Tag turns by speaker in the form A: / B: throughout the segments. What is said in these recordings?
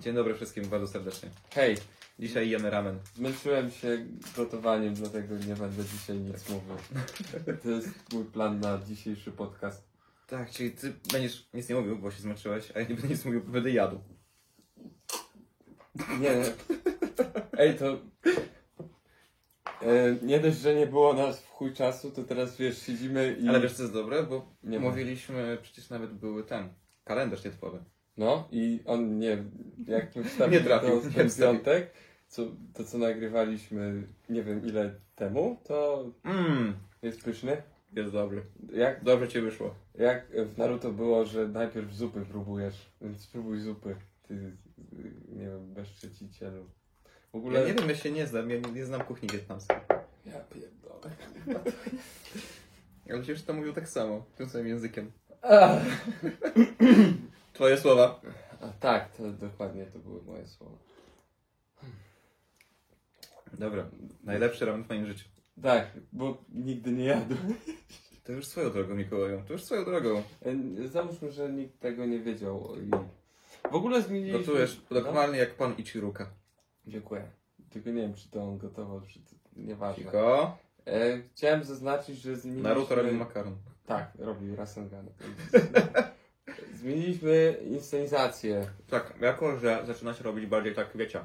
A: Dzień dobry wszystkim bardzo serdecznie. Hej, dzisiaj jemy ramen.
B: Zmęczyłem się gotowaniem, dlatego nie będę dzisiaj nic mówił. To jest mój plan na dzisiejszy podcast.
A: Tak, czyli ty będziesz nic nie mówił, bo się zmęczyłeś, a ja nie będę nic mówił, bo będę jadł.
B: Nie. Ej, to... E, nie dość, że nie było nas w chuj czasu, to teraz wiesz, siedzimy i...
A: Ale wiesz co jest dobre? Bo
B: Nie
A: mówiliśmy, przecież nawet były ten, kalendarz nietypowy.
B: No i on nie... Jak my wstawili
A: Nie trafił,
B: to
A: nie
B: ten
A: wstawił.
B: piątek, co, to co nagrywaliśmy nie wiem ile temu, to
A: Mmm,
B: jest pyszny.
A: jest dobry.
B: Jak,
A: Dobrze ci wyszło.
B: jak w Naruto było, że najpierw zupy próbujesz, więc spróbuj zupy. Ty, y, nie wiem, bezczycicielu. W ogóle...
A: Ja nie wiem, ja się nie znam, ja nie, nie znam kuchni wietnamskiej.
B: Ja pierdolę.
A: Ale przecież to mówił tak samo, tym samym językiem.
B: A,
A: Twoje słowa.
B: tak, to dokładnie to były moje słowa.
A: Dobra, najlepszy ramen w moim życiu.
B: Tak, bo nigdy nie jadłem.
A: To już swoją drogą, Mikołaju, to już swoją drogą.
B: E, Załóżmy, że nikt tego nie wiedział. I... W ogóle zmieniliśmy...
A: Gotujesz
B: No?
A: dokładnie jak pan Ichiruka.
B: Dziękuję. Tylko nie wiem, czy to on gotował, czy to... Nieważne.
A: Cicho.
B: E, chciałem zaznaczyć, że zmieniliśmy...
A: Naruto robi makaron.
B: Tak, robił Rasengan. Zmieniliśmy inscenizację.
A: Tak, jako że zaczyna się robić bardziej tak, wiecie,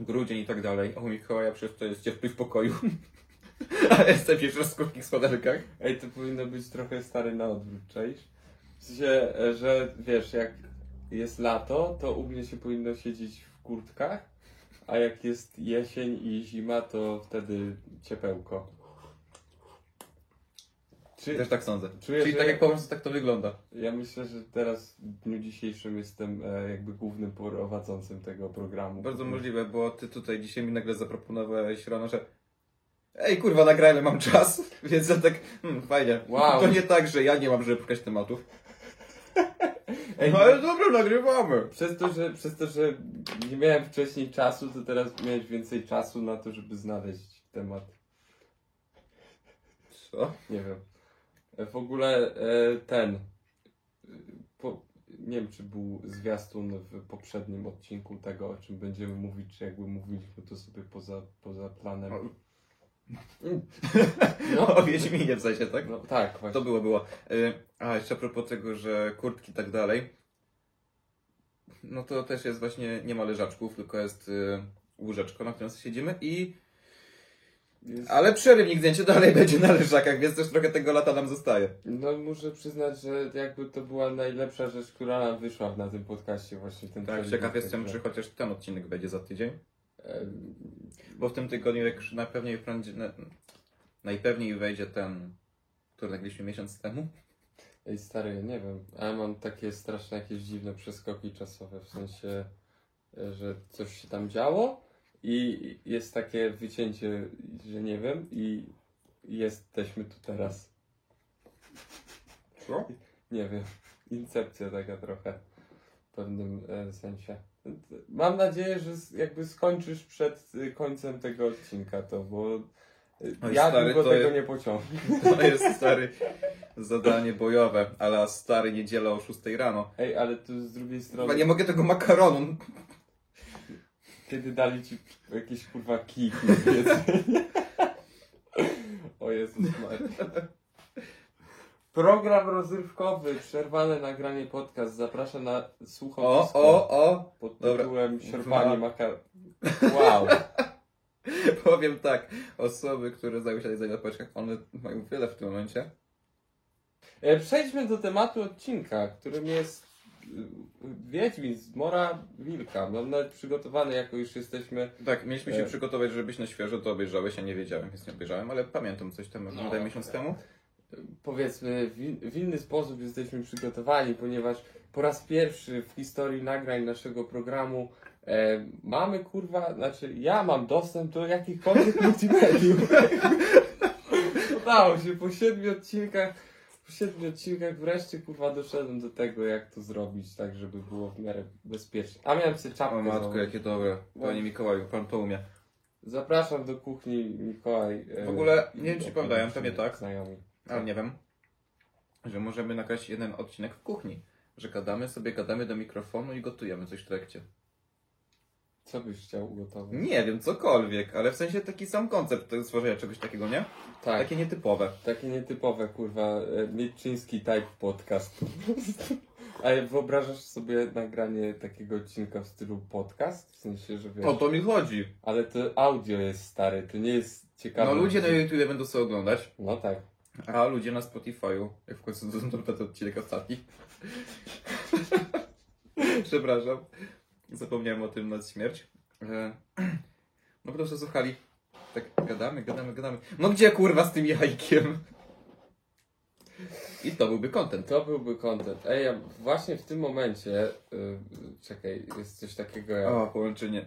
A: grudzień i tak dalej. O Mikołaja przez to jest ciepły w pokoju. A jestem jeszcze w skórkich spaderkach.
B: Ej, to powinno być trochę stary na odwrót, czaisz? W sensie, e, że wiesz, jak jest lato, to u mnie się powinno siedzieć w kurtkach, a jak jest jesień i zima, to wtedy ciepełko. Czy,
A: Też tak sądzę.
B: Czuję,
A: Czyli
B: że-
A: tak jak po prostu tak to wygląda.
B: ja myślę, że teraz w dniu dzisiejszym jestem e, jakby głównym prowadzącym tego programu.
A: Bardzo możliwe, bo ty tutaj dzisiaj mi nagle zaproponowałeś rano, że Ej kurwa, nagrajmy, mam czas, więc ja tak, hmm, fajnie.
B: Wow.
A: To nie tak, że ja nie mam, żeby pukać tematów.
B: Ej,
A: No ale dobra, nagrywamy.
B: Przez to, że, przez to, że nie miałem wcześniej czasu, to teraz miałeś więcej czasu na to, żeby znaleźć temat.
A: Co?
B: Nie wiem. E, W ogóle e, ten. e, Po, nie wiem, czy był zwiastun w poprzednim odcinku tego, o czym będziemy mówić, czy jakby mówiliśmy to sobie poza, poza planem.
A: No, o Wiedźminie w sensie, tak?
B: No tak,
A: To
B: właśnie.
A: było, było. Y, A jeszcze a propos tego, że kurtki i tak dalej. No to też jest właśnie, nie ma leżaczków, tylko jest y, łóżeczko, na którym siedzimy i...
B: Jest,
A: Ale przerywnik zdjęcie dalej będzie na leżakach, więc też trochę tego lata nam zostaje.
B: no muszę przyznać, że jakby to była najlepsza rzecz, która wyszła na tym podcaście właśnie ten E,
A: Tak,
B: przerywnik,
A: ciekaw jestem,
B: także,
A: czy chociaż ten odcinek będzie za tydzień.
B: em,
A: Bo w tym tygodniu jak już najpewniej, prędzi- na, najpewniej wejdzie ten, który nagliśmy miesiąc temu.
B: Ej stary, ja nie wiem, ale mam takie straszne jakieś dziwne przeskoki czasowe, w sensie, e, że coś się tam działo i jest takie wycięcie, że nie wiem i jesteśmy tu teraz.
A: Co?
B: Nie wiem, incepcja taka trochę w pewnym e, sensie. Mam nadzieję, że s- jakby skończysz przed e, końcem tego odcinka to, bo e,
A: Oj,
B: ja
A: stary,
B: długo
A: to
B: tego
A: je-
B: nie pociągnę.
A: To jest stary zadanie bojowe, ale stary niedziela o 6 rano.
B: Ej, ale tu z drugiej
A: Chyba
B: strony...
A: nie mogę tego makaronu
B: Kiedy dali ci jakieś kurwa kiki w jedzenie. O Jezus Maria. Program rozrywkowy, przerwane nagranie podcast. Zapraszam na słucham
A: O,
B: wszystko
A: o, o!
B: pod
A: dobra.
B: tytułem Śrwanie makar... Wow.
A: Powiem tak, osoby, które zajęły się jedzeniem na paczkach, one mają wiele w tym momencie.
B: E, Przejdźmy do tematu odcinka, którym jest y, Wiedźmin z Mora Wilka. Mam nawet przygotowany, jako już jesteśmy...
A: Tak, mieliśmy się
B: E.
A: przygotować, żebyś na świeżo to obejrzałeś, ja nie wiedziałem, więc nie obejrzałem, ale pamiętam coś tam, może
B: No,
A: no, miesiąc
B: okej.
A: temu.
B: powiedzmy, w, in- w inny sposób jesteśmy przygotowani, ponieważ po raz pierwszy w historii nagrań naszego programu e, mamy kurwa, znaczy ja mam dostęp do jakichkolwiek multimediów. Udało się po siedmiu odcinkach. Po siedmiu odcinkach wreszcie kurwa doszedłem do tego, jak to zrobić, tak żeby było w miarę bezpiecznie. A miałem sobie czapkę.
A: O matko,
B: założyć.
A: jakie dobre. Panie Mikołaju, pan to umie.
B: Zapraszam do kuchni Mikołaj. e,
A: W ogóle,
B: i
A: nie wiem, czy
B: opinię
A: pamiętają, pewnie tak.
B: Znajomi.
A: Ale nie wiem, że możemy nagrać jeden odcinek w kuchni. Że gadamy sobie, gadamy do mikrofonu i gotujemy coś w trakcie.
B: Co byś chciał ugotować?
A: Nie wiem, cokolwiek, ale w sensie taki sam koncept tego stworzenia czegoś takiego, nie?
B: Tak,
A: Takie nietypowe.
B: takie nietypowe, kurwa, e, mitczyński type podcast. A jak wyobrażasz sobie nagranie takiego odcinka w stylu podcast? W sensie, że wiesz...
A: O to mi chodzi.
B: Ale to audio jest stary, to nie jest ciekawe.
A: No ludzie na YouTube będą sobie oglądać,
B: No tak.
A: a ludzie na Spotify'u, jak w końcu zrobią ten odcinek ostatni. Przepraszam. Zapomniałem o tym na śmierć. E, No po prostu słuchali. Tak gadamy, gadamy, gadamy. No gdzie kurwa z tym jajkiem? I to byłby content.
B: To byłby content. Ej, ja właśnie w tym momencie, y, czekaj, jest coś takiego jak...
A: O, połączenie.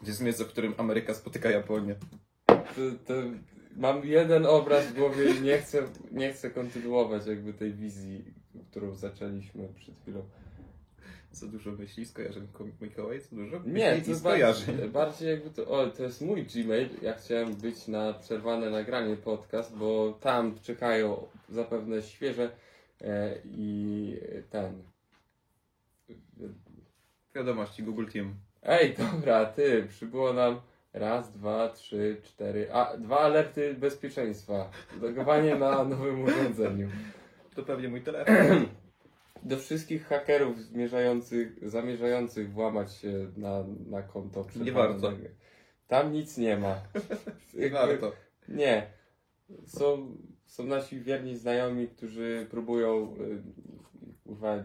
A: Gdzie jest miejsce, w którym Ameryka spotyka Japonię.
B: To, to, mam jeden obraz w głowie i nie chcę, nie chcę kontynuować jakby tej wizji, którą zaczęliśmy przed chwilą.
A: Za dużo myśli, skojarzeń Ko- Mikołaj, za dużo
B: Nie,
A: myśli
B: to
A: i skojarzeń.
B: bardziej, bardziej jakby to. O, to jest mój Gmail. Ja chciałem być na przerwane nagranie podcast, bo tam czekają zapewne świeże e, i ten.
A: Wiadomości, Google Team.
B: Ej, dobra, ty, przybyło nam raz, dwa, trzy, cztery. A, dwa alerty bezpieczeństwa. Logowanie na nowym urządzeniu.
A: To pewnie mój telefon.
B: Do wszystkich hakerów zmierzających, zamierzających włamać się na, na konto.
A: Nie warto.
B: Tam nic nie ma.
A: Nie warto.
B: Nie. Są, są nasi wierni znajomi, którzy próbują y, kurwa,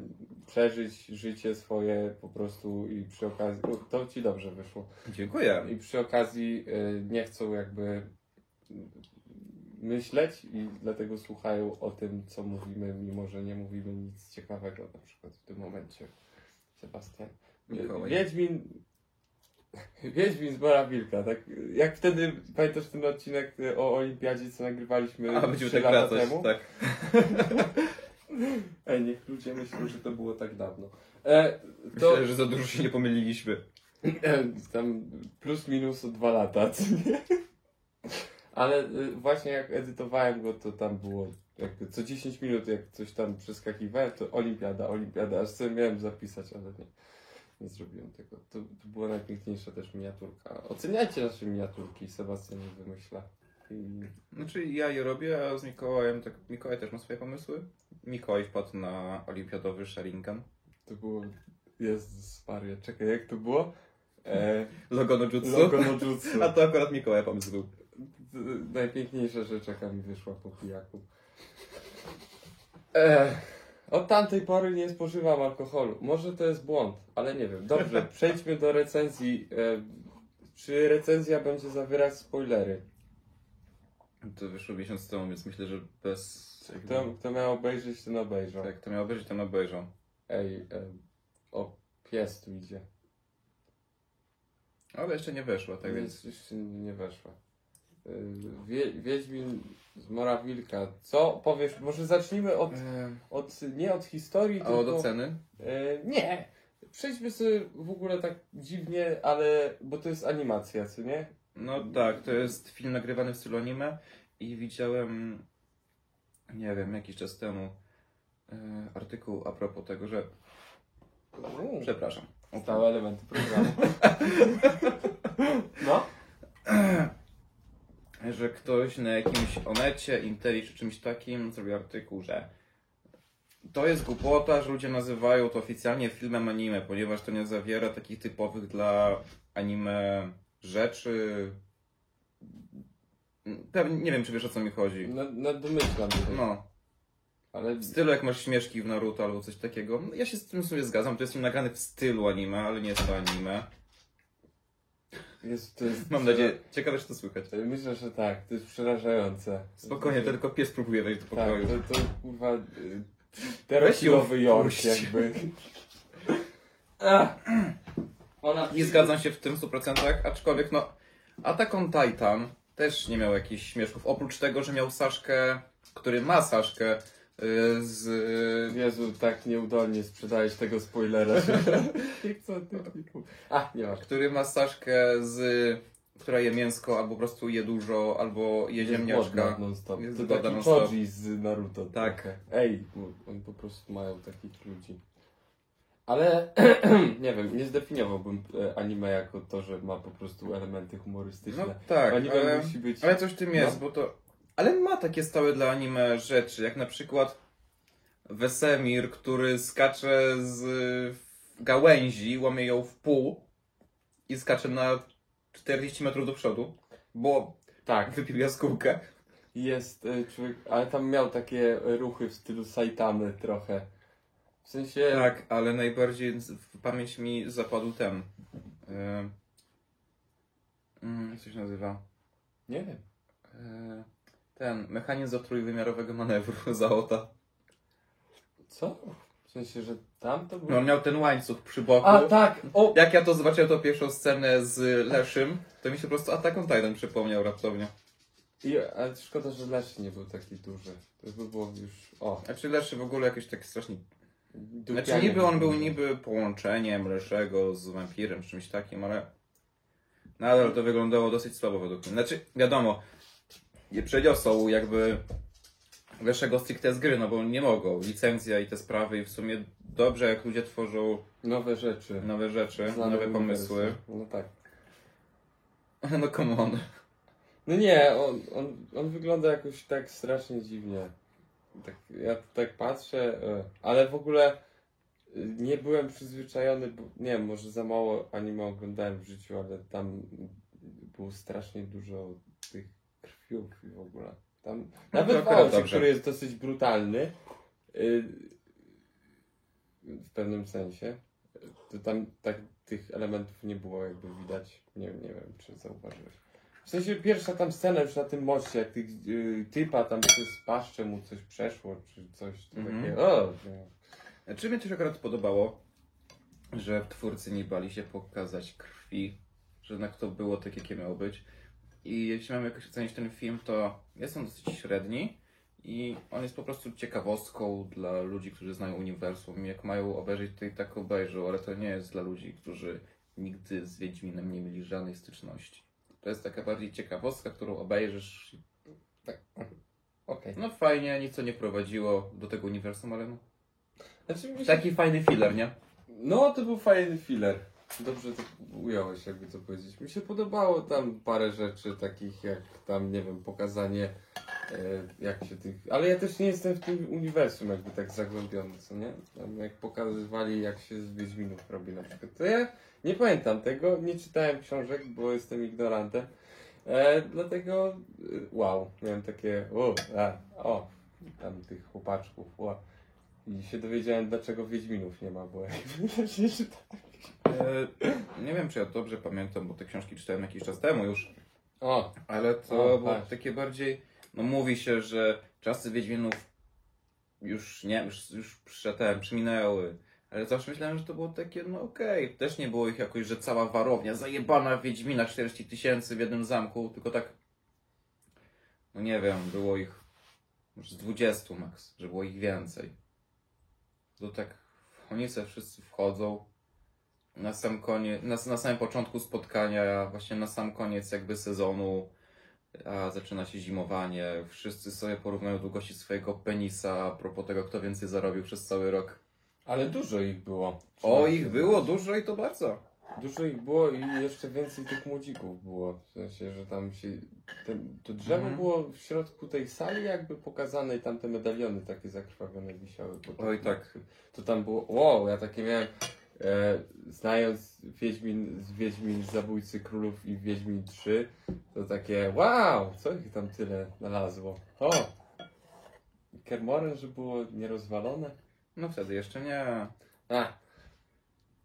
B: przeżyć życie swoje po prostu i przy okazji. U, To ci dobrze wyszło.
A: Dziękuję.
B: I przy okazji y, nie chcą jakby y, myśleć i dlatego słuchają o tym, co mówimy, mimo że nie mówimy nic ciekawego na przykład w tym momencie. Sebastian.
A: Mikołaj.
B: Wiedźmin. Wiedźmin z Bora Wilka, tak? Jak wtedy, pamiętasz ten odcinek y, o Olimpiadzie, co nagrywaliśmy
A: A będziemy
B: trzy
A: tak
B: lata
A: wracać,
B: temu?
A: tak.
B: Ej, niech ludzie myślą, że to było tak dawno. E, to
A: Myślę, że za dużo się nie pomyliliśmy.
B: tam plus minus o dwa lata, co nie? Ale y, właśnie jak edytowałem go, to tam było jakby co 10 minut, jak coś tam przeskakiwałem, to olimpiada, olimpiada, aż sobie miałem zapisać, ale nie, nie zrobiłem tego. To, to była najpiękniejsza też miniaturka. Oceniajcie nasze miniaturki, Sebastian je wymyśla. I
A: Znaczy ja je robię, a z Mikołajem tak... Mikołaj też ma swoje pomysły. Mikołaj wpadł na olimpiadowy Sharingan.
B: to było, jest sparia, czekaj, jak to było? E,
A: Logo no jutsu.
B: logo no jutsu.
A: A to akurat Mikołaj pomysł był.
B: Najpiękniejsza rzecz, jaka mi wyszła po pijaku. Ech, od tamtej pory nie spożywam alkoholu. Może to jest błąd, ale nie wiem. Dobrze, przejdźmy do recenzji. E, Czy recenzja będzie zawierać spoilery?
A: To wyszło miesiąc temu, więc myślę, że bez...
B: Kto, kto miał obejrzeć, ten obejrzał.
A: Tak, to miał obejrzeć, ten obejrzał.
B: Ej, em, o pies tu idzie.
A: Ale jeszcze nie wyszło, tak więc...
B: Więc jeszcze nie weszła. Y, Wie, Wiedźmin z Morawilka. Co powiesz? Może zacznijmy od,
A: Ehm,
B: od nie od historii,
A: A
B: tylko...
A: od oceny?
B: E, nie. Przejdźmy sobie w ogóle tak dziwnie, ale. bo to jest animacja, co nie?
A: No tak, to jest film nagrywany w stylu anime i widziałem, nie wiem, jakiś czas temu e, artykuł a propos tego, że... Mm. Przepraszam.
B: Stałe elementy programu. No?
A: Że ktoś na jakimś Onecie, Interi czy czymś takim zrobił artykuł, że to jest głupota, że ludzie nazywają to oficjalnie filmem anime, ponieważ to nie zawiera takich typowych dla anime rzeczy. Pewnie, nie wiem, czy wiesz o co mi chodzi.
B: No, no domyślam się.
A: No.
B: Ale.
A: W stylu jak masz śmieszki w Naruto albo coś takiego. No, Ja się z tym sobie zgadzam, to jest film nagrany w stylu anime, ale nie jest to anime.
B: Jest, to jest
A: Mam nadzieję, ciekawe czy to słychać.
B: Myślę, że tak, to jest przerażające.
A: Spokojnie, to tylko pies próbuje wejść do
B: Tak,
A: pokoju.
B: to, to kurwa. y,
A: Weź ją
B: Terosilowy Jork
A: wpuść.
B: jakby. Ach. Ona.
A: Nie zgadzam się w tym 100%, aczkolwiek no... Attack on Titan też nie miał jakichś śmieszków, oprócz tego, że miał Saszkę, który ma Saszkę y, z...
B: Jezu, tak nieudolnie sprzedałeś tego spoilera. Nie chcę o tym filmu. A, nie ma.
A: y, Który ma Saszkę z... Która je mięsko, albo po prostu je dużo, albo je ziemniaczka.
B: Non stop.
A: Jest
B: To
A: głodna
B: taki
A: non stop.
B: Choji z Naruto.
A: Tak.
B: trochę. Ej, bo oni po prostu mają takich ludzi. Ale nie wiem, nie zdefiniowałbym e, anime jako to, że ma po prostu elementy humorystyczne.
A: No tak,
B: anime
A: ale,
B: musi być.
A: ale coś w tym jest,
B: No.
A: bo to... Ale ma takie stałe dla anime rzeczy, jak na przykład Wesemir, który skacze z y, gałęzi, łamie ją w pół i skacze na 40 metrów do przodu, bo
B: Tak,
A: wypił jaskółkę.
B: jest e, człowiek, ale tam miał takie ruchy w stylu Saitamy trochę. W sensie.
A: Tak, ale najbardziej z- w pamięć mi zapadł ten. Yy, mm, jak to się nazywa?
B: Nie wiem.
A: Yy, ten, mechanizm do trójwymiarowego manewru Zaota.
B: Co? W sensie, że tam to
A: No,
B: było.
A: on miał ten łańcuch przy boku.
B: A tak! O!
A: Jak ja to zobaczyłem, tą pierwszą scenę z Leszym, to mi się po prostu Attack on Titan przypomniał raptownie.
B: I, ale szkoda, że Lesz nie był taki duży. To by było już. O!
A: Znaczy Leszy w ogóle jakiś taki strasznie... Znaczy
B: dupianie
A: niby on był
B: było.
A: niby połączeniem Leszego z wampirem, czy czymś takim, ale... Nadal to wyglądało dosyć słabo według mnie. Znaczy, wiadomo, nie przeniosą jakby Leszego stricte z gry, no bo nie mogą. Licencja i te sprawy i w sumie dobrze jak ludzie tworzą
B: Nowe rzeczy.
A: nowe rzeczy,
B: znane
A: nowe
B: uniwersy.
A: pomysły.
B: No tak.
A: No come on.
B: No nie, on, on, on wygląda jakoś tak strasznie dziwnie. Tak, ja tak patrzę, e, ale w ogóle e, nie byłem przyzwyczajony, bo, nie wiem, może za mało anime oglądałem w życiu, ale tam było strasznie dużo tych krwiów i w ogóle. Tam,
A: No to
B: nawet w
A: akurat
B: Aosie,
A: dobrze.
B: który jest dosyć brutalny, y, w pewnym sensie, to tam tak tych elementów nie było jakby widać. Nie, nie wiem, czy zauważyłeś. W sensie pierwsza tam scena już na tym moście, jak tych y, typa tam przez paszczę mu coś przeszło, czy coś to
A: Mhm.
B: takie. O, nie.
A: E, Czy mi też akurat podobało, że twórcy nie bali się pokazać krwi, że jednak to było tak, jakie miało być. I jeśli mam jakoś ocenić ten film, to jest on dosyć średni i on jest po prostu ciekawostką dla ludzi, którzy znają uniwersum. Jak mają obejrzeć, to i tak obejrzą, ale to nie jest dla ludzi, którzy nigdy z Wiedźminem nie mieli żadnej styczności. To jest taka bardziej ciekawostka, którą obejrzysz.
B: Okej.
A: No fajnie, nic to nie prowadziło do tego uniwersum, ale no,
B: Znaczy, mi się-
A: taki fajny filler, nie?
B: No, to był fajny filler. Dobrze to ująłeś, jakby to powiedzieć. Mi się podobało tam parę rzeczy takich jak tam, nie wiem, pokazanie e, jak się tych... Ale ja też nie jestem w tym uniwersum jakby tak zagłębiony, co nie? Tam jak pokazywali jak się z Wiedźminów robi na przykład. To ja nie pamiętam tego, nie czytałem książek, bo jestem ignorantem. E, dlatego e, wow, miałem takie o, a, o, tam tych chłopaczków, wow. I się dowiedziałem, dlaczego Wiedźminów nie ma, bo jakby też nie czytałem.
A: E, Nie wiem, czy ja dobrze pamiętam, bo te książki czytałem jakiś czas temu już,
B: O,
A: ale to
B: O,
A: było
B: tak.
A: takie bardziej. No mówi się, że czasy Wiedźminów już nie, już, już przetem, przyminęły. Ale zawsze myślałem, że to było takie, no okej, też nie było ich jakoś, że cała warownia zajebana w Wiedźmina 40 tysięcy w jednym zamku, tylko tak, no nie wiem, było ich może z 20 max, że było ich więcej. To tak, oni se wszyscy wchodzą, na sam koniec, na, na samym początku spotkania, właśnie na sam koniec jakby sezonu, a zaczyna się zimowanie, wszyscy sobie porównują długości swojego penisa a propos tego, kto więcej zarobił przez cały rok.
B: ale dużo ich było.
A: O, ich było dużo i to bardzo.
B: Dużo ich było i jeszcze więcej tych młodzików było. W sensie, że tam się. Ten, to drzewo
A: Mhm.
B: było w środku tej sali, jakby pokazane, i tam te medaliony takie zakrwawione wisiały. Bo to-
A: Oj, tak.
B: To tam było. Wow, ja takie miałem. E, znając Wiedźmin, z Wiedźmin Zabójcy Królów i Wiedźmin 3, to takie. Wow, co ich tam tyle znalazło. O! I Kermoren, że było nierozwalone.
A: No wtedy jeszcze nie.
B: A.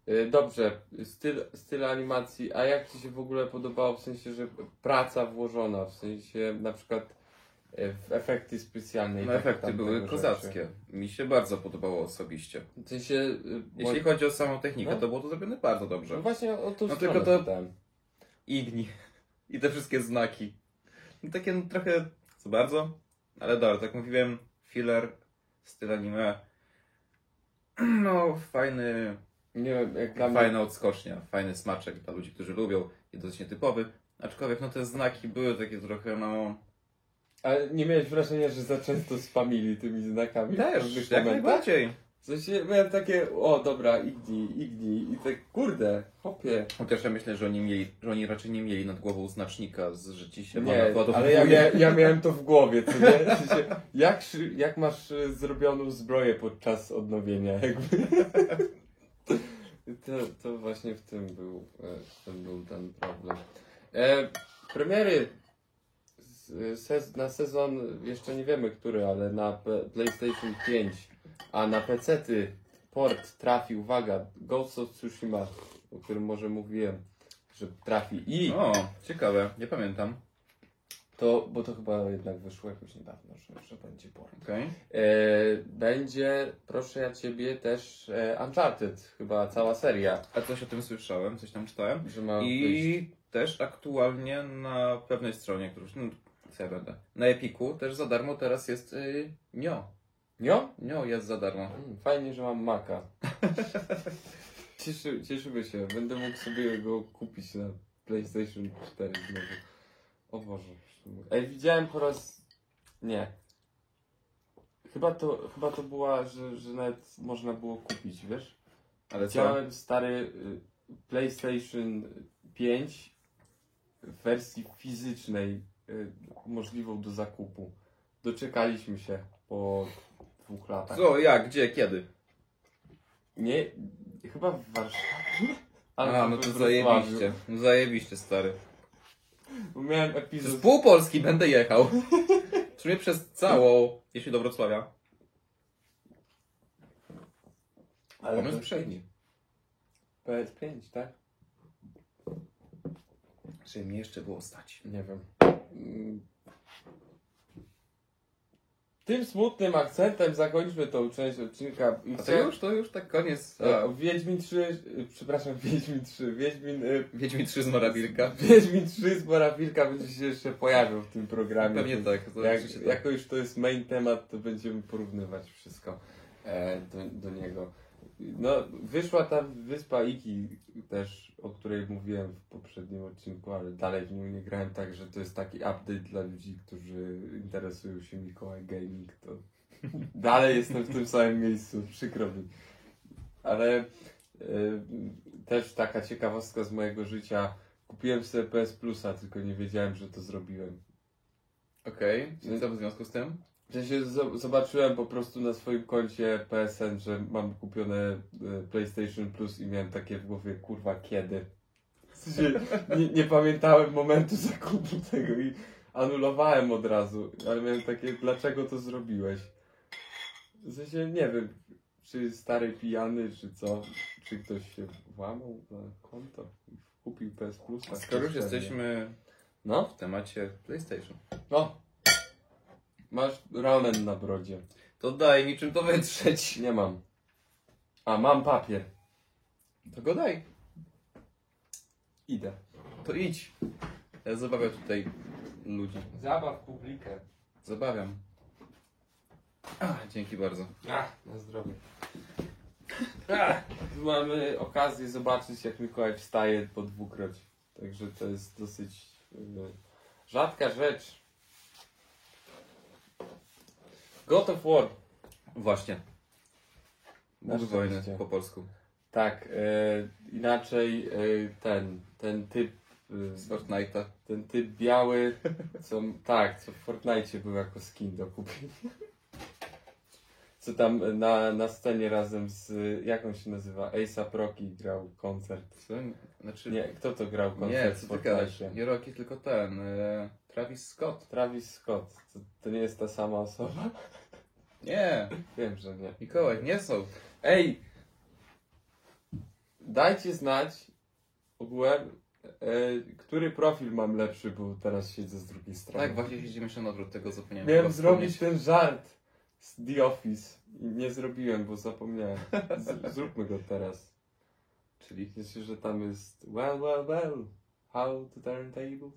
B: Y, Dobrze, styl, styl animacji, a jak Ci się w ogóle podobało, w sensie, że praca włożona, w sensie na przykład y, w efekty specjalne. i
A: No
B: tak
A: efekty
B: tam
A: były
B: tego rzeczy.
A: kozackie. Mi się bardzo podobało osobiście.
B: W sensie, y,
A: Jeśli
B: bo-
A: chodzi o samą technikę,
B: No.
A: to było to zrobione bardzo
B: no
A: dobrze.
B: właśnie o tą
A: No
B: stronę
A: tylko to-
B: pytałem.
A: Igni. I te wszystkie znaki. No Takie no, trochę co bardzo, ale dobra, tak mówiłem, filler, styl anime. No, fajny,
B: Nie wiem, jak dla mnie,
A: fajna odskocznia, fajny smaczek dla ludzi, którzy lubią i dosyć nietypowy. Aczkolwiek no te znaki były takie trochę, no...
B: ale nie miałeś wrażenia, że za często spamili tymi znakami? w różnych
A: Też, jak
B: momentach?
A: najbardziej.
B: W sensie miałem takie, o dobra, igni, igni i tak, kurde, hopie.
A: Chociaż ja myślę, że oni, mieli, że oni raczej nie mieli nad głową znacznika, z- że ci się
B: Nie,
A: ma
B: ale ja, ja, ja miałem to w głowie, co nie? W sensie, jak, szy- jak masz y, zrobioną zbroję podczas odnowienia, jakby. To, to właśnie w tym był, e, w tym był ten problem. E, premiery z, e, sez, na sezon, jeszcze nie wiemy który, ale na P- PlayStation 5, a na PC-ty port trafi, uwaga, Ghost of Tsushima, o którym może mówiłem, że trafi i...
A: O, ciekawe, nie pamiętam.
B: To, bo to chyba jednak wyszło jakoś niedawno, że, że będzie port.
A: Okej.
B: E, będzie, proszę ja ciebie, też e, Uncharted, chyba cała seria,
A: A coś o tym słyszałem, coś tam czytałem.
B: że ma wyjść.
A: I też aktualnie na pewnej stronie, którą już- no, co ja będę, na Epiku też za darmo teraz jest y, Nio.
B: Nio?
A: Nio jest za darmo.
B: Mm, Fajnie, że mam Maka. Cieszy, cieszymy się, będę mógł sobie go kupić na PlayStation 4 znowu. O Boże. Ej, widziałem po raz... Nie. Chyba to, chyba to była, że, że nawet można było kupić, wiesz?
A: Ale co?
B: Chciałem stary y, PlayStation 5 w wersji fizycznej y, możliwą do zakupu. Doczekaliśmy się po dwóch latach.
A: Co, jak, gdzie, kiedy?
B: Nie, chyba w Warszawie.
A: A,
B: Albo
A: no
B: we
A: to
B: Wrocławiu.
A: zajebiście. No Zajebiście, stary.
B: Bo miałem
A: Z
B: epizod.
A: pół Polski będę jechał. W sumie przez całą, jeśli do Wrocławia.
B: Ale
A: Pomysł przedni.
B: PS5, tak?
A: Czy mnie jeszcze było stać?
B: Nie wiem. Mm. Tym smutnym akcentem zakończmy tą część odcinka. I
A: A to
B: chciałem-
A: już, to już tak koniec.
B: E,
A: A,
B: Wiedźmin 3, e, przepraszam, Wiedźmin 3, Wiedźmin, e,
A: Wiedźmin 3 z Morabilka.
B: Wiedźmin 3 z Morawilka będzie się jeszcze pojawił w tym programie.
A: Pewnie tak. to
B: Jak,
A: oczywiście tak.
B: jako już to jest main temat, to będziemy porównywać wszystko e, do, do niego. No, wyszła ta wyspa Iki też, o której mówiłem w poprzednim odcinku, ale dalej w nim nie grałem, także to jest taki update dla ludzi, którzy interesują się Mikołaj Gaming, to dalej jestem w tym samym miejscu, przykro mi. Ale e, też taka ciekawostka z mojego życia, kupiłem sobie PS Plusa, tylko nie wiedziałem, że to zrobiłem.
A: Okej, okay. co w związku z tym?
B: W sensie zo- zobaczyłem po prostu na swoim koncie PSN, że mam kupione e, PlayStation Plus i miałem takie w głowie, kurwa, kiedy? W sensie nie, nie pamiętałem momentu zakupu tego i anulowałem od razu, ale miałem takie, dlaczego to zrobiłeś? W sensie nie wiem, czy stary pijany, czy co, czy ktoś się włamał na konto i kupił PS Plus. Tak, a
A: Skoro już
B: ktoś pewnie-
A: jesteśmy
B: No,
A: w temacie PlayStation,
B: no. Masz ramen na brodzie.
A: to daj mi czym to wytrzeć.
B: Nie mam. A, mam papier.
A: To go daj.
B: Idę.
A: To idź. Ja zabawiam tutaj ludzi.
B: Zabaw publikę.
A: Zabawiam. Ach, dzięki bardzo.
B: Ach, na zdrowie. Ach, tu mamy okazję zobaczyć, jak Mikołaj wstaje po dwukroć. Także to jest dosyć y, rzadka rzecz. God of War.
A: Właśnie.
B: Na
A: Bóg wojny
B: szczęście.
A: po polsku.
B: Tak, y, inaczej y, ten, ten typ y,
A: Z Fortnite'a.
B: Ten typ biały, co, tak, co w Fortnite był jako skin do kupienia. Co tam na, na scenie razem z, jak on się nazywa, Ace'a Rocky grał koncert.
A: Co? Znaczy,
B: Nie, kto to grał
A: nie
B: koncert w
A: co ty gadasz?
B: Fortnite?
A: Nie Rocky, tylko ten. E, Travis Scott.
B: Travis Scott, to, to nie jest ta sama osoba?
A: Nie,
B: Wiem, że nie.
A: Mikołaj, nie są.
B: Ej! Dajcie znać ogółem, e, który profil mam lepszy, bo teraz siedzę z drugiej strony.
A: Tak, właśnie siedzimy jeszcze na odwrót tego, co powinienem
B: Miałem
A: było
B: zrobić
A: wspomnieć.
B: ten żart z The Office i nie zrobiłem, bo zapomniałem. Z, zróbmy go teraz.
A: Czyli
B: Myślę, że tam jest well, well, well, how to turn tables.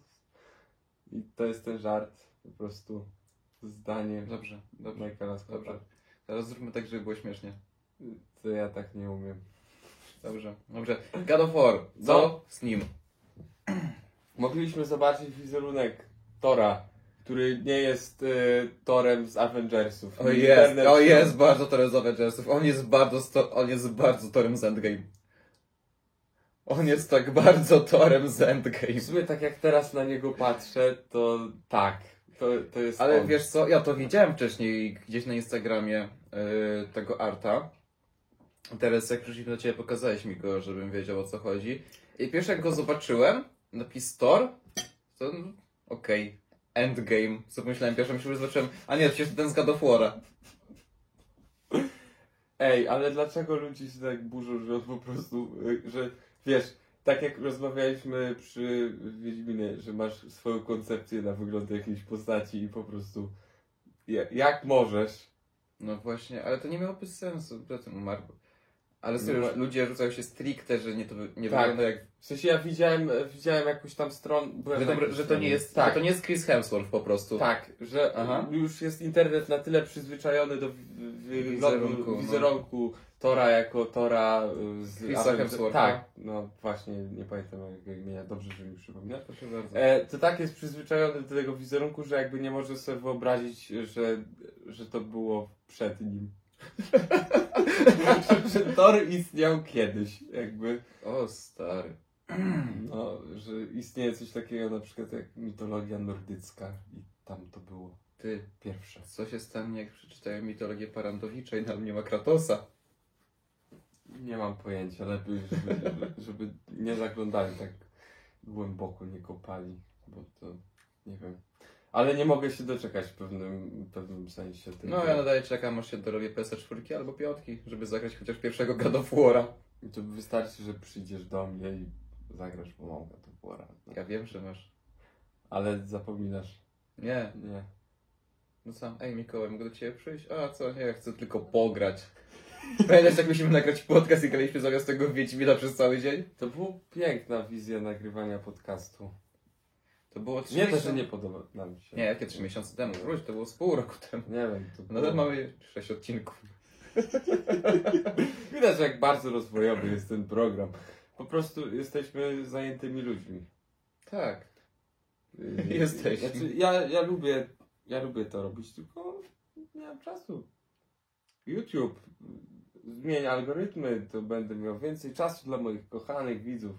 B: I to jest ten żart, po prostu zdanie
A: Dobrze, dobrze.
B: Michaela Scotta.
A: Dobrze. Teraz zróbmy tak, żeby było śmiesznie.
B: To ja tak nie umiem.
A: Dobrze, dobrze. God of War, co
B: No.
A: z nim?
B: Mogliśmy zobaczyć wizerunek Tora który nie jest y, Torem z Avengersów.
A: O jest,
B: Internet-
A: o jest bardzo torem z Avengersów. On jest bardzo, sto, on jest bardzo torem z Endgame. On jest tak bardzo torem z Endgame.
B: W sumie tak jak teraz na niego patrzę, to tak. To, to jest
A: Ale
B: on.
A: wiesz co, ja to widziałem wcześniej gdzieś na Instagramie yy, tego arta. Teraz jak przyszliśmy do ciebie, pokazałeś mi go, żebym wiedział o co chodzi. I pierwszy jak go zobaczyłem, napis Thor, to mm, okej, Endgame. Co pomyślałem pierwszą myślę, że zobaczyłem, a nie, przecież ten z God of War'a.
B: Ej, ale dlaczego ludzi się tak burzą, że on po prostu, y, że wiesz, tak jak rozmawialiśmy przy Wiedźminie, że masz swoją koncepcję na wygląd jakiejś postaci i po prostu ja- jak możesz.
A: No właśnie, ale to nie miałoby sensu, zatem umarł. Ale
B: No
A: serio,
B: wa-
A: ludzie rzucają się stricte, że nie, to, wy- nie
B: Tak.
A: wygląda jak...
B: W sensie ja widziałem, widziałem jakąś tam stron, byłem
A: Że
B: na
A: to,
B: jakiejś
A: że to
B: stronie.
A: nie jest,
B: tak,
A: że to nie jest Chris Hemsworth po prostu.
B: Tak, że
A: Aha.
B: już jest internet na tyle przyzwyczajony do wi- wi-
A: Wizerunku,
B: wizerunku,
A: no.
B: wizerunku Tora jako Tora y, z
A: Chrisa
B: Avengers-
A: Hemswortha.
B: Tak, no właśnie, nie pamiętam jego imienia, dobrze, że mi przypomina.
A: Proszę bardzo.
B: E, to tak jest przyzwyczajony do tego wizerunku, że jakby nie może sobie wyobrazić, że, że to było przed nim. że, że Tor istniał kiedyś, jakby.
A: O stary.
B: No, że istnieje coś takiego na przykład jak mitologia nordycka i tam to było
A: Ty,
B: pierwsze.
A: co się stanie, jak przeczytają mitologię Parandowiczej i tam nie ma Kratosa?
B: Nie mam pojęcia, lepiej, żeby, żeby- żeby nie zaglądali tak głęboko, nie kopali, bo to nie wiem. Ale nie mogę się doczekać w pewnym, pewnym sensie. tej
A: No
B: gry.
A: ja nadal czekam, aż się dorobię PS4 albo piątki, żeby zagrać chociaż pierwszego God of War'a.
B: I to wystarczy, że przyjdziesz do mnie i zagrasz pomogę, to było radne.
A: Ja wiem, że masz.
B: Ale zapominasz.
A: Nie,
B: Nie.
A: no sam. Ej Mikołaj, mogę do ciebie przyjść? A co, nie, ja chcę tylko pograć. Pamiętasz jak musimy nagrać podcast i graliśmy zamiast tego w Wiedźmina przez cały dzień?
B: To była piękna wizja nagrywania podcastu.
A: To było trzy
B: Nie to,
A: miesiące-
B: że nie podoba nam się.
A: Nie, jakie trzy miesiące temu? Wróć, to było z pół roku temu.
B: Nie wiem. To było...
A: Nadal mamy sześć odcinków.
B: Widać, jak bardzo rozwojowy jest ten program. Po prostu jesteśmy zajętymi ludźmi.
A: Tak.
B: Yy,
A: Jesteśmy.
B: Znaczy, ja, ja lubię, ja lubię to robić, tylko nie mam czasu. YouTube zmienia algorytmy, to będę miał więcej czasu dla moich kochanych widzów.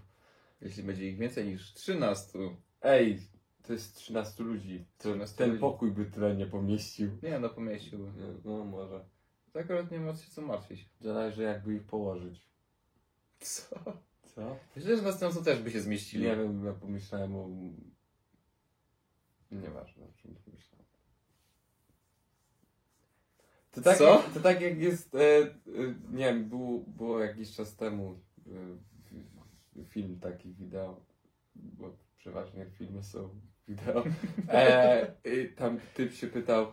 A: Jeśli będzie ich więcej niż 13.
B: Ej, to jest 13 ludzi. To
A: 13
B: ten
A: ludzi.
B: pokój by tyle nie pomieścił.
A: Nie, no pomieściłbym.
B: Nie, No może.
A: To akurat nie ma się co martwić.
B: Zależy jakby ich położyć.
A: Co?
B: Co?
A: Myślę, że następco też by się zmieścili.
B: Nie wiem, ja pomyślałem o... Nieważne, o czym pomyślałem. To tak,
A: Co?
B: Jak, to tak jak jest, e, e, nie wiem, było, było jakiś czas temu e, w- film taki wideo, bo przeważnie filmy są wideo. E, i tam typ się pytał,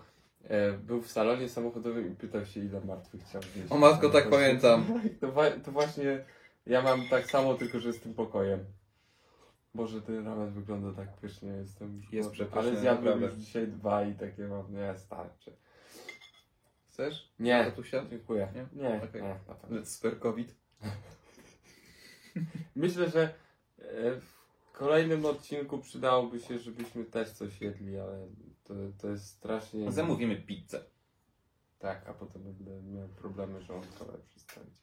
B: e, był w salonie samochodowym i pytał się ile martwych chciał wnieść.
A: O matko, tak pamiętam.
B: To, wa- to właśnie ja mam tak samo, tylko że z tym pokojem. Boże, ten ramen wygląda tak pysznie, jestem już
A: Jest
B: głodny,
A: przepyszny,
B: Ale zjadłem
A: naprawdę.
B: już dzisiaj dwa i takie mam, nie, starczy.
A: Chcesz?
B: Nie,
A: Tatusia?
B: dziękuję.
A: Nie?
B: Nie, nie,
A: Okej.
B: na pewno.
A: Sperkowit.
B: Myślę, że e, w kolejnym odcinku przydałoby się, żebyśmy też coś jedli, ale to, to jest strasznie...
A: Zamówimy pizzę.
B: Tak, a potem będę miał problemy żołądkowe przedstawić.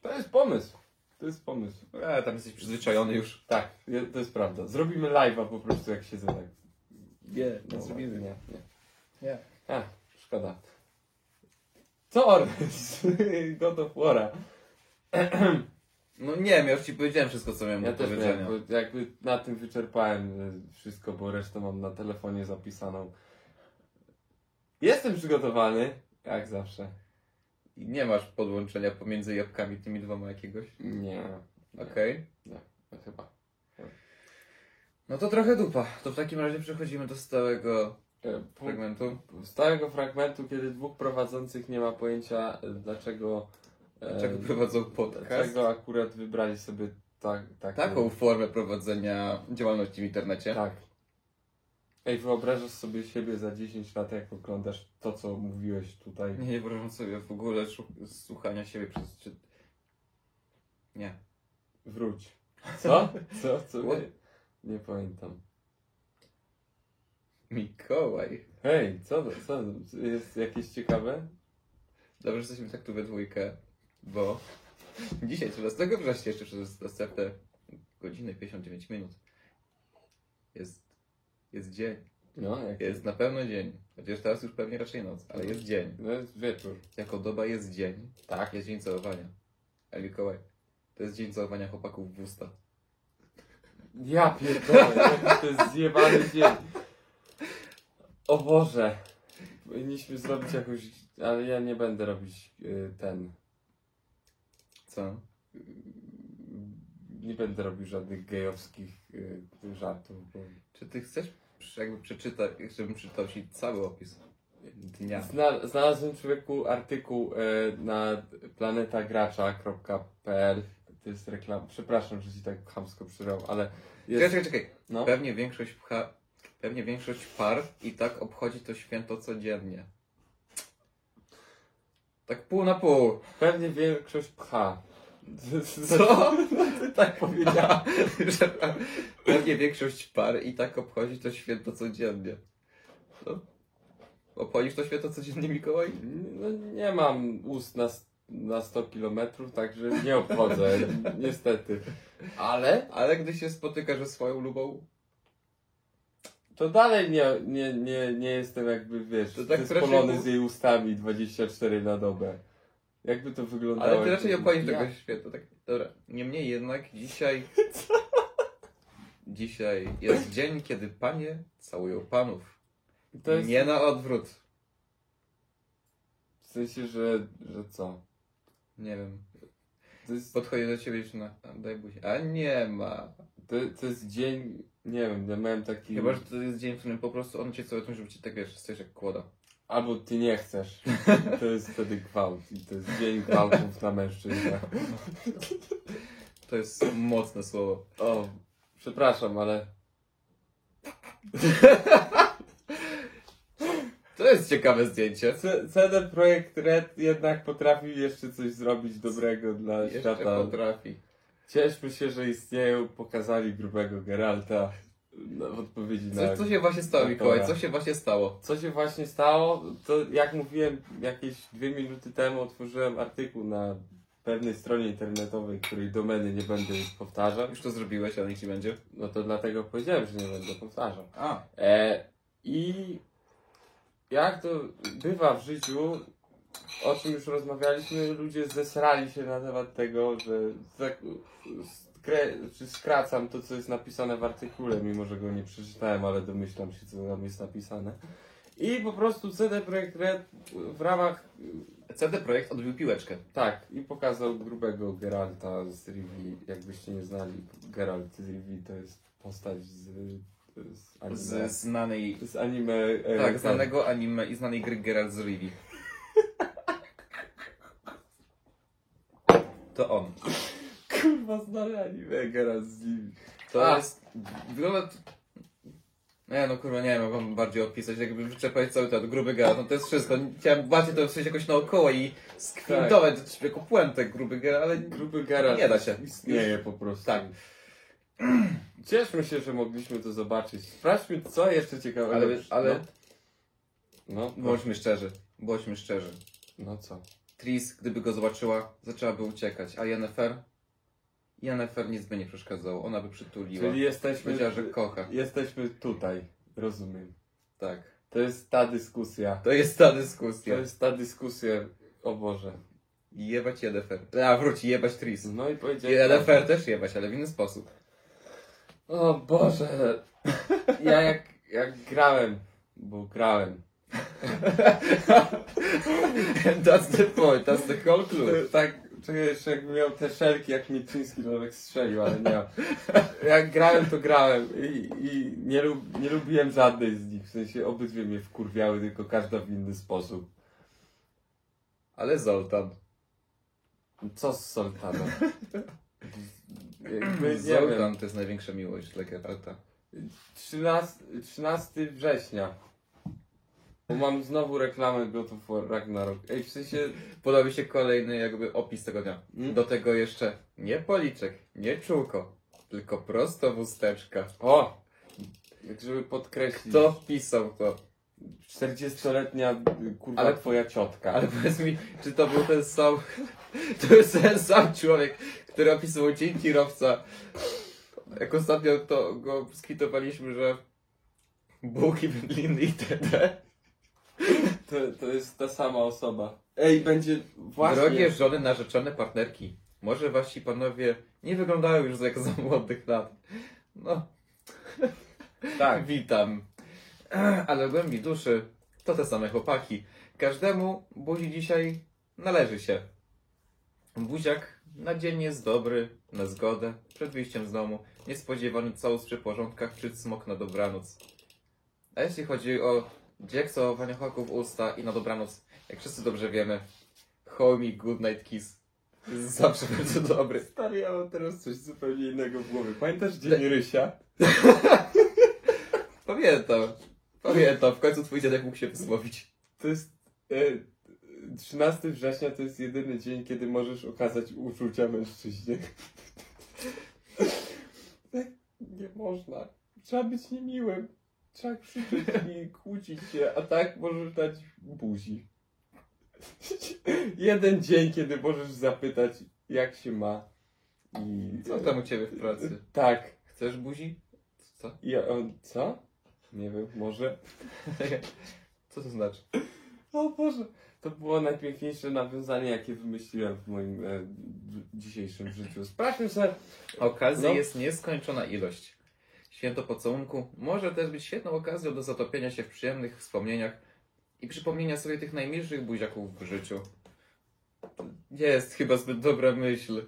B: To jest pomysł. To jest pomysł.
A: A, E, tam jesteś przyzwyczajony już.
B: Tak, je- to jest prawda. Zrobimy live'a po prostu, jak siedzę tak.
A: Nie,
B: No, Nie, nie.
A: Nie.
B: A, szkoda. Thor z God of War'a.
A: No nie wiem, ja już ci powiedziałem wszystko, co miałem
B: Ja
A: do
B: też
A: powiedzenia.
B: miałem, bo jakby na tym wyczerpałem y, wszystko, bo resztę mam na telefonie zapisaną. Jestem przygotowany, jak zawsze.
A: I Nie masz podłączenia pomiędzy jabłkami tymi dwoma jakiegoś.
B: Nie, Nie.
A: Okej.
B: chyba.
A: No to trochę dupa. To w takim razie przechodzimy do stałego
B: E, Pół,
A: fragmentu.
B: stałego fragmentu, kiedy dwóch prowadzących nie ma pojęcia, e, dlaczego. e,
A: Dlaczego prowadzą podcast?
B: Dlaczego akurat wybrali sobie tak, tak,
A: Taką formę prowadzenia działalności w internecie.
B: Tak. Ej, wyobrażasz sobie siebie za 10 lat, jak oglądasz to, co mówiłeś tutaj.
A: Nie, nie wyobrażam sobie w ogóle szu- słuchania siebie przez... Czy... Nie.
B: Wróć. Co? Co? Co?
A: What?
B: Nie, nie pamiętam.
A: Mikołaj.
B: Hej, co, to- co jest jakieś ciekawe?
A: Dobrze, że jesteśmy tak tu we dwójkę, bo dzisiaj, 13 września, jeszcze przez następne godziny i 59 minut, jest, jest dzień.
B: No, jak...
A: Jest na pewno dzień. Chociaż teraz już pewnie raczej noc, ale jest dzień.
B: No jest wieczór.
A: Jako doba jest dzień. Tak. Jest dzień całowania. A Mikołaj, to jest dzień całowania chłopaków w usta.
B: Ja pierdolę, jaki to jest zjebany dzień. O Boże. Powinniśmy zrobić jakąś... Ale ja nie będę robić y, ten...
A: Co?
B: y, Nie będę robił żadnych gejowskich y, żartów, bo...
A: Czy ty chcesz przy- jakby przeczytać, żebym przeczytał ci cały opis dnia?
B: Zna, znalazłem człowieku artykuł e, na planetagracza.pl To jest reklama. Przepraszam, że ci tak chamsko przerwał, ale
A: Czekaj,
B: jest,
A: czekaj, czekaj.
B: no,
A: Pewnie większość pcha, pewnie większość par i tak obchodzi to święto codziennie. Tak pół na pół.
B: pewnie większość pcha.
A: Co?
B: Ty tak powiedziałem.
A: Że pewnie większość par i tak obchodzi to święto codziennie. No. Obchodzisz to święto codziennie, Mikołaj?
B: No, nie mam ust na, s- na 100 kilometrów, także nie obchodzę, niestety. Ale
A: Ale gdy się spotykasz ze swoją lubą,
B: to dalej nie, nie, nie, nie jestem jakby, wiesz,
A: To tak
B: spolony
A: raczej-
B: z jej ustami 24 na dobę. Jakby to wyglądało?
A: ale ty raczej nie
B: jakby-
A: obchodzisz
B: Ja
A: tego święta. Tak, dobra. Niemniej jednak dzisiaj... Dzisiaj jest dzień, kiedy panie całują panów.
B: To jest
A: Nie na odwrót.
B: w sensie, że, że co?
A: Nie wiem.
B: To jest,
A: Podchodzi do ciebie i na. a, Daj buzi. A nie ma.
B: to, to jest dzień, nie wiem, ja miałem taki...
A: Chyba, że to jest dzień, w którym po prostu on cię cały tym, żeby cię tak wiesz, jesteś jak kłoda.
B: Albo ty nie chcesz. To jest wtedy gwałt i to jest dzień gwałtów na mężczyznach.
A: To jest mocne słowo.
B: O, przepraszam, ale
A: To jest ciekawe zdjęcie.
B: C- CD Projekt Red jednak potrafił jeszcze coś zrobić dobrego dla
A: Jeszcze
B: świata.
A: potrafi.
B: Cieszmy się, że istnieją, pokazali grubego Geralta no, w odpowiedzi na...
A: Co, co się właśnie stało,
B: Tak,
A: Mikołaj?
B: dobra.
A: Co się właśnie stało?
B: Co się właśnie stało, to jak mówiłem jakieś dwie minuty temu otworzyłem artykuł na pewnej stronie internetowej, której domeny nie będę już powtarzał.
A: Już to zrobiłeś, ale niech ci będzie.
B: No to dlatego powiedziałem, że nie będę powtarzał.
A: A.
B: E, I jak to bywa w życiu, o czym już rozmawialiśmy, ludzie zesrali się na temat tego, że tak, skre, czy skracam to, co jest napisane w artykule, mimo że go nie przeczytałem, ale domyślam się, co tam jest napisane. I po prostu CD Projekt Red w ramach,
A: CD Projekt odbił piłeczkę.
B: tak, i pokazał grubego Geralta z Rivi, jakbyście nie znali, Geralt z Rivi to jest postać z, z anime.
A: Z znanej.
B: Z anime. e,
A: Tak,
B: ten-
A: znanego anime i znanej gry Geralt z Rivi. To on.
B: Kurwa, znane anime Geralt z anime.
A: To
B: A.
A: jest. Wygląda. to- Nie no kurwa, nie wiem, jak wam bardziej opisać, jakby wyczerpać cały ten gruby gaz, no to jest wszystko. Chciałem bardziej to przejść jakoś naokoło i skwintować tak. jako puentę gruby gaz, ale
B: Gruby Geralt
A: Nie da się.
B: istnieje po prostu.
A: Tak.
B: Cieszmy się, że mogliśmy to zobaczyć. Sprawdźmy, co jeszcze ciekawego.
A: Ale- ale-
B: No, no,
A: bądźmy szczerzy, bądźmy szczerzy.
B: no co?
A: Tris, gdyby go zobaczyła, zaczęłaby uciekać, a Yennefer? Yennefer nic by nie przeszkadzało, ona by przytuliła.
B: Czyli jesteśmy,
A: Powiedziała, że kocha.
B: jesteśmy tutaj, rozumiem.
A: Tak.
B: To jest ta dyskusja.
A: To jest ta
B: To
A: dyskusja.
B: jest ta dyskusja, o Boże.
A: Jebać Yennefer. A wróć, jebać Tris.
B: No i powiedziałem...
A: Yennefer też jebać, ale w inny sposób.
B: O Boże. Ja jak, jak grałem, bo grałem.
A: That's the point, that's the whole clue.
B: Tak, czekaj, jeszcze jakbym miał te szelki, jak mnie Chiński Lolek strzelił, ale nie. Jak grałem, to grałem i, i nie, lub, nie lubiłem żadnej z nich. W sensie obydwie mnie wkurwiały, tylko każda w inny sposób.
A: Ale Zoltan.
B: Co z Soltanem? Jakby, nie wiem.
A: Zoltan to jest największa miłość dla Geralta.
B: 13, 13 września. Bo mam znowu reklamę God of War Ragnarok. Ej, w sensie...
A: Podoba mi się kolejny jakby opis tego dnia.
B: Mm.
A: Do tego jeszcze nie policzek, nie czółko, tylko prosto wózteczka.
B: O! Tak, żeby podkreślić.
A: Kto wpisał to?
B: 40-letnia kurwa
A: Ale-
B: twoja ciotka.
A: Ale powiedz mi, czy to był ten sam. To jest ten sam człowiek, który opisywał dzień kierowca. Jak ostatnio to go skwitowaliśmy, że bułki wędliny itd.
B: To, to jest ta sama osoba. Ej, będzie właśnie.
A: Drogie żony, narzeczone partnerki. Może wasi panowie nie wyglądają już jak za młodych lat. No,
B: Tak.
A: witam. Ale w głębi duszy to te same chłopaki. Każdemu buzi dzisiaj należy się. Buziak na dzień jest dobry, na zgodę, przed wyjściem z domu, niespodziewany całus przy porządkach, czy smok na dobranoc. A jeśli chodzi o dziekso waniachaków usta i na dobranoc, jak wszyscy dobrze wiemy, homie good night kiss jest zawsze bardzo dobry.
B: Stary, ja mam teraz coś zupełnie innego w głowie. Pamiętasz
A: Le-
B: Dzień Rysia?
A: Pamiętam, pamiętam, w końcu twój dziadek mógł się wysłowić.
B: To jest... E, 13 września to jest jedyny dzień, kiedy możesz okazać uczucia mężczyźnie. tak nie można. Trzeba być niemiłym. Trzeba krzyczeć i kłócić się, a tak możesz dać buzi. Jeden dzień, kiedy możesz zapytać, jak się ma. I...
A: Co tam u ciebie w pracy?
B: Tak.
A: Chcesz buzi? Co?
B: I on, co? Nie wiem, może.
A: Co to znaczy?
B: O Boże, to było najpiękniejsze nawiązanie, jakie wymyśliłem w moim e, d- dzisiejszym życiu. Sprawdźmy sobie.
A: Okazji
B: No.
A: jest nieskończona ilość. Święto pocałunku może też być świetną okazją do zatopienia się w przyjemnych wspomnieniach i przypomnienia sobie tych najmilszych buziaków w życiu. To Nie jest chyba zbyt dobra myśl.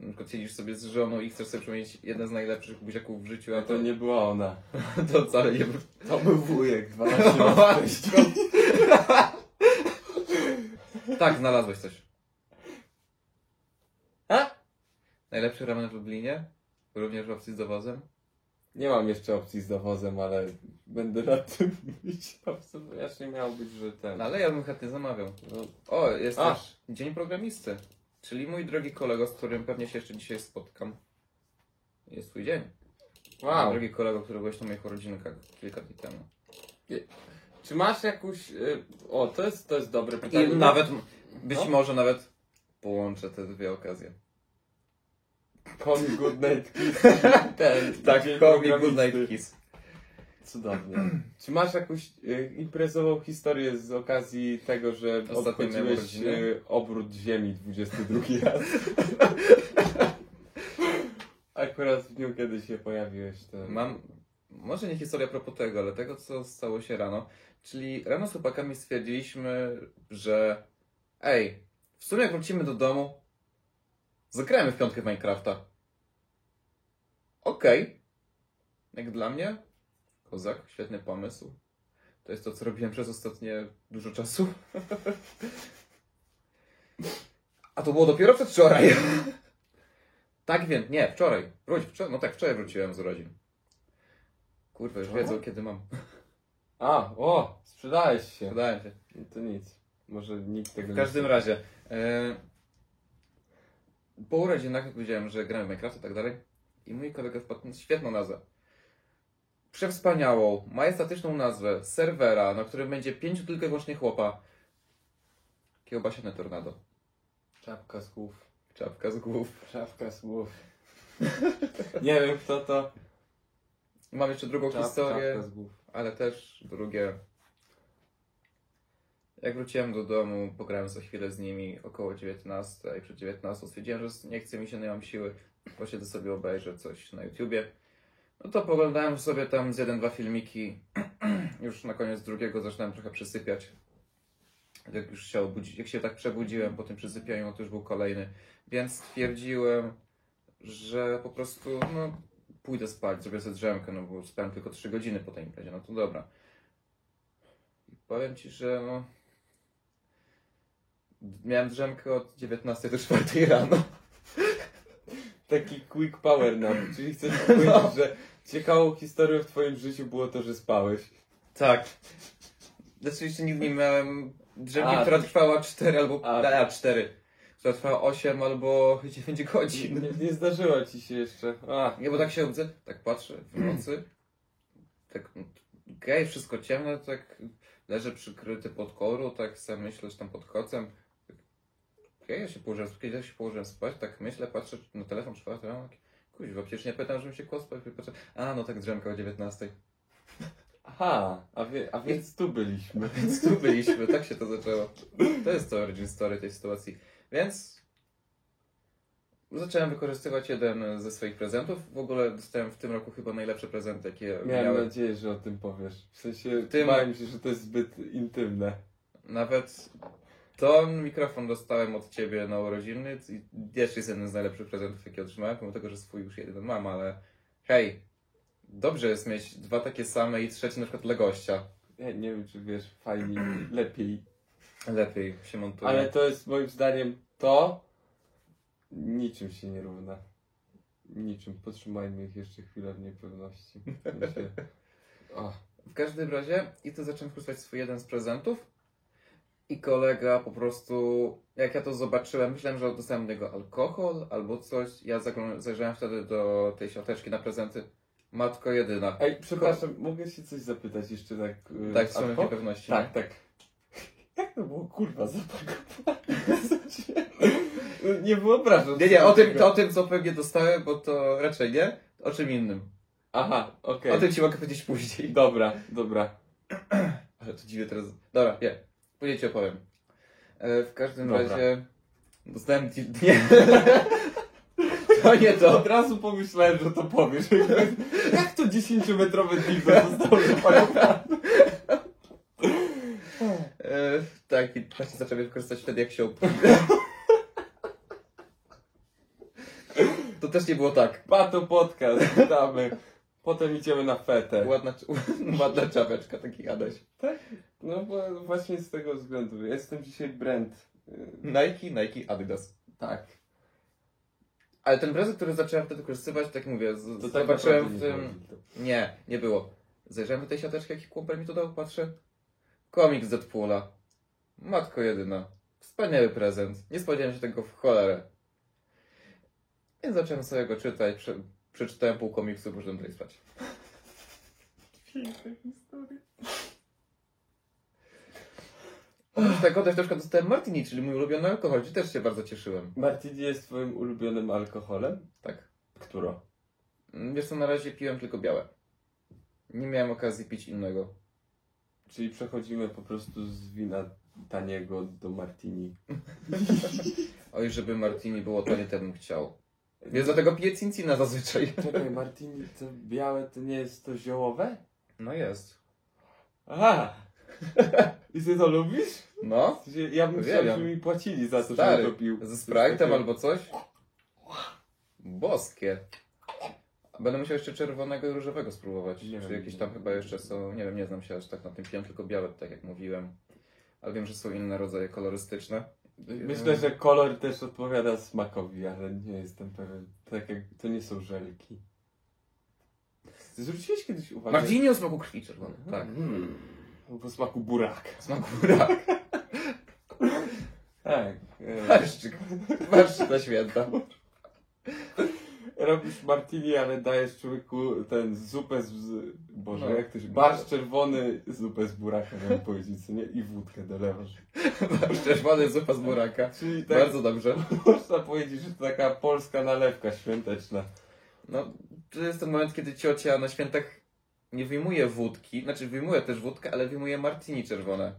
A: Na przykład siedzisz sobie z żoną i chcesz sobie przypomnieć jeden z najlepszych buziaków w życiu, a
B: No To nie była ona.
A: to wcale nie... był-
B: To był wujek. 12 lat wcześniej.
A: Matko. tak, znalazłeś coś.
B: A?
A: Najlepszy ramen w Lublinie? Również w opcji z dowozem?
B: Nie mam jeszcze opcji z dowozem, ale będę nad tym myślał. Absolutnie miało być, że ten.
A: No, ale ja bym chętnie zamawiał.
B: No,
A: O, jest
B: A.
A: też Dzień Programisty. Czyli mój drogi kolego, z którym pewnie się jeszcze dzisiaj spotkam. Jest twój dzień. Mój
B: wow.
A: drogi kolego, który byłeś na moich urodzinkach kilka dni temu.
B: Czy masz jakąś. E, o, to jest, to jest dobre
A: I
B: pytanie.
A: nawet, być
B: No.
A: może nawet połączę te dwie okazje.
B: Komi Good Night Kiss. Ten. tak, dzień
A: komik Tak, Good
B: programisty.
A: Night Kiss.
B: Cudownie. Czy masz jakąś e, imprezową historię z okazji tego, że
A: Ostatniej mojej
B: obchodziłeś
A: urodziny?
B: e, obrót Ziemi 22 raz? Akurat w dniu, kiedy się pojawiłeś, to...
A: Mam, może nie historia a propos tego, ale tego, co stało się rano. Czyli rano z chłopakami stwierdziliśmy, że ej, w sumie jak wrócimy do domu, zagrajmy w piątkę w Minecrafta. Okej. Jak dla mnie, kozak, świetny pomysł. To jest to, co robiłem przez ostatnie dużo czasu. A to było dopiero przedwczoraj. tak więc, nie, wczoraj. Wróć, wczoraj, no tak, wczoraj wróciłem z urodzin. Kurwa, już
B: Wczoraj?
A: wiedzą, kiedy mam.
B: A, o, sprzedałeś się.
A: Podałem się.
B: No to nic. Może nikt tego
A: Tak, W każdym razie. E, po urodzinach jak powiedziałem, że gramy w Minecraft i tak dalej. I mój kolega wpadł na świetną nazwę. Przewspaniałą, majestatyczną nazwę serwera, na którym będzie pięciu tylko i wyłącznie chłopa. Kiełbasiane tornado.
B: Czapka z głów.
A: Czapka z głów.
B: Czapka z głów. Nie wiem kto to.
A: I mam jeszcze drugą
B: Czap-
A: historię,
B: Czapka z głów.
A: ale też drugie. Jak wróciłem do domu, pograłem za chwilę z nimi około 19 i przed 19 stwierdziłem, że nie chce mi się, nie mam siły, posiedzę sobie, obejrzę coś na YouTubie. No to poglądałem sobie tam z jeden, dwa filmiki. już na koniec drugiego zaczynałem trochę przysypiać. Jak już się obudzić, jak się tak przebudziłem po tym przysypianiu, to już był kolejny. Więc stwierdziłem, że po prostu no, pójdę spać, zrobię sobie drzemkę, no bo spałem tylko 3 godziny po tej imprezie, no to dobra. I powiem Ci, że no, miałem drzemkę od 19 do 4 rano.
B: Taki quick power nap. Czyli chcesz powiedzieć, że ciekawą historią w twoim życiu było to, że spałeś.
A: Tak. Znaczy jeszcze nigdy nie miałem drzemki,
B: A,
A: która
B: to-
A: trwała 4 albo...
B: A.
A: A, 4. Która trwała 8 albo 9 godzin.
B: Nie, nie zdarzyło ci się jeszcze. A,
A: Nie, bo tak się obudzę, tak patrzę w nocy, tak no, gej, wszystko ciemne, tak leży przykryty pod koru, tak sobie myślę, że tam pod kocem. Okej, ja się położyłem spać, kiedyś się położyłem spać, tak myślę, patrzę na telefon, przepraszam, kuźwa, przecież nie pytam, żebym się kładł spać, patrzę, a no tak drzemka o 19.
B: Aha, a, wie, a więc tu byliśmy.
A: Więc tu byliśmy, tak się to zaczęło. To jest to origin story tej sytuacji. Więc zacząłem wykorzystywać jeden ze swoich prezentów. W ogóle dostałem w tym roku chyba najlepsze prezenty, jakie
B: Miałem
A: miałem.
B: nadzieję, że o tym powiesz. W sensie,
A: Tym-
B: bałem się, że to jest zbyt intymne.
A: Nawet ten mikrofon dostałem od ciebie na urodziny i jeszcze jest jeden z najlepszych prezentów, jakie otrzymałem, pomimo tego, że swój już jeden mam, ale hej, dobrze jest mieć dwa takie same i trzeci na przykład dla gościa.
B: Ja nie wiem, czy wiesz, fajniej, lepiej.
A: Lepiej się montuje.
B: Ale to jest moim zdaniem to, niczym się nie równa. Niczym. Potrzymajmy ich jeszcze chwilę w niepewności. W sensie, o,
A: W każdym razie i to zacząłem korzystać swój jeden z prezentów i kolega po prostu, jak ja to zobaczyłem, myślałem, że dostałem od niego alkohol albo coś. Ja zaglą- zajrzałem wtedy do tej siateczki na prezenty. Matko jedyna.
B: Ej, przepraszam, mogę się coś zapytać jeszcze tak. y,
A: Tak, w
B: ad
A: sumie
B: hoc?
A: niepewności.
B: Tak, tak. Jak to było kurwa zapakowane? W sensie, no, nie wyobrażam
A: Nie, nie, o
B: sobie
A: tym,
B: tego.
A: to, o tym co pewnie dostałem, bo to raczej nie. O czym innym.
B: Aha, okej.
A: O tym ci mogę powiedzieć później.
B: Dobra, dobra.
A: Ale to dziwnie teraz. Dobra, nie. Później ci opowiem. E, w każdym
B: Dobra.
A: razie dostałem... di- Nie. to nie to.
B: Od razu pomyślałem, że to powiesz. Jak to 10-metrowe dildo zostało zapakowane?
A: E, tak, i właśnie zacząłem je wykorzystać wtedy, jak się op... To też nie było tak.
B: Pato podcast, witamy. Potem idziemy na fetę.
A: Ładna, ładna czapeczka, taki Adaś.
B: No bo właśnie z tego względu. Ja Jestem dzisiaj brand. y,
A: Nike, Nike, Adidas.
B: Tak.
A: Ale ten prezent, który zacząłem wtedy wykorzystywać, tak mówię, z,
B: To tak
A: zobaczyłem
B: naprawdę
A: w
B: nie
A: tym...
B: było.
A: Nie, nie było. Zajrzałem do tej siateczki, jaki kumpel mi to dał, patrzę. Komiks Deadpoola. Matko jedyna. Wspaniały prezent. Nie spodziewałem się tego w cholerę. Więc zacząłem sobie go czytać. Prze przeczytałem pół komiksu, poszedłem dalej spać.
B: Piękna historia.
A: Z tego też troszkę dostałem Martini, czyli mój ulubiony alkohol, czyli też się bardzo cieszyłem.
B: Martini jest twoim ulubionym alkoholem?
A: Tak.
B: Któro?
A: Mm, Wiesz co, na razie piłem tylko białe. Nie miałem okazji pić innego.
B: Czyli przechodzimy po prostu z wina taniego do martini.
A: Oj, żeby Martini było to nie temu chciał. Więc dlatego piję Cincina zazwyczaj.
B: Czekaj, martini to białe to nie jest to ziołowe?
A: No jest.
B: Aha! I ty to lubisz?
A: No?
B: W sensie, Ja bym chciał,
A: Uwielbiam.
B: żeby mi płacili za to,
A: Stary,
B: żebym to pił.
A: Ze
B: Coś
A: Sprite'em
B: takiego.
A: albo coś? Boskie. Będę musiał jeszcze czerwonego i różowego spróbować.
B: Nie
A: Czy
B: wiem.
A: jakieś tam chyba jeszcze są. Nie wiem, nie znam się aż tak na tym. Piłem tylko białe, tak jak mówiłem. Ale wiem, że są inne rodzaje kolorystyczne.
B: Myślę, że kolor też odpowiada smakowi, ale nie jestem pewien. Tak jak to nie są żelki. Ty zwróciłeś kiedyś uwagę?
A: Martini o smaku krwi czerwonej. Tak.
B: Mm. Po smaku buraka.
A: Smak buraka.
B: Tak. E,
A: Barszczyk. Barszczyk na święta.
B: robisz martini, ale dajesz człowieku ten zupę z... z- Boże,
A: No.
B: jak to się... Barsz czerwony, zupę z buraka, miałem powiedzieć, co nie? I wódkę dolewasz.
A: Barszcz czerwony, zupa z buraka.
B: Czyli tak
A: Bardzo dobrze.
B: można powiedzieć, że to taka polska nalewka świąteczna.
A: No, to jest ten moment, kiedy ciocia na świętach nie wyjmuje wódki, znaczy wyjmuje też wódkę, ale wyjmuje martini czerwone.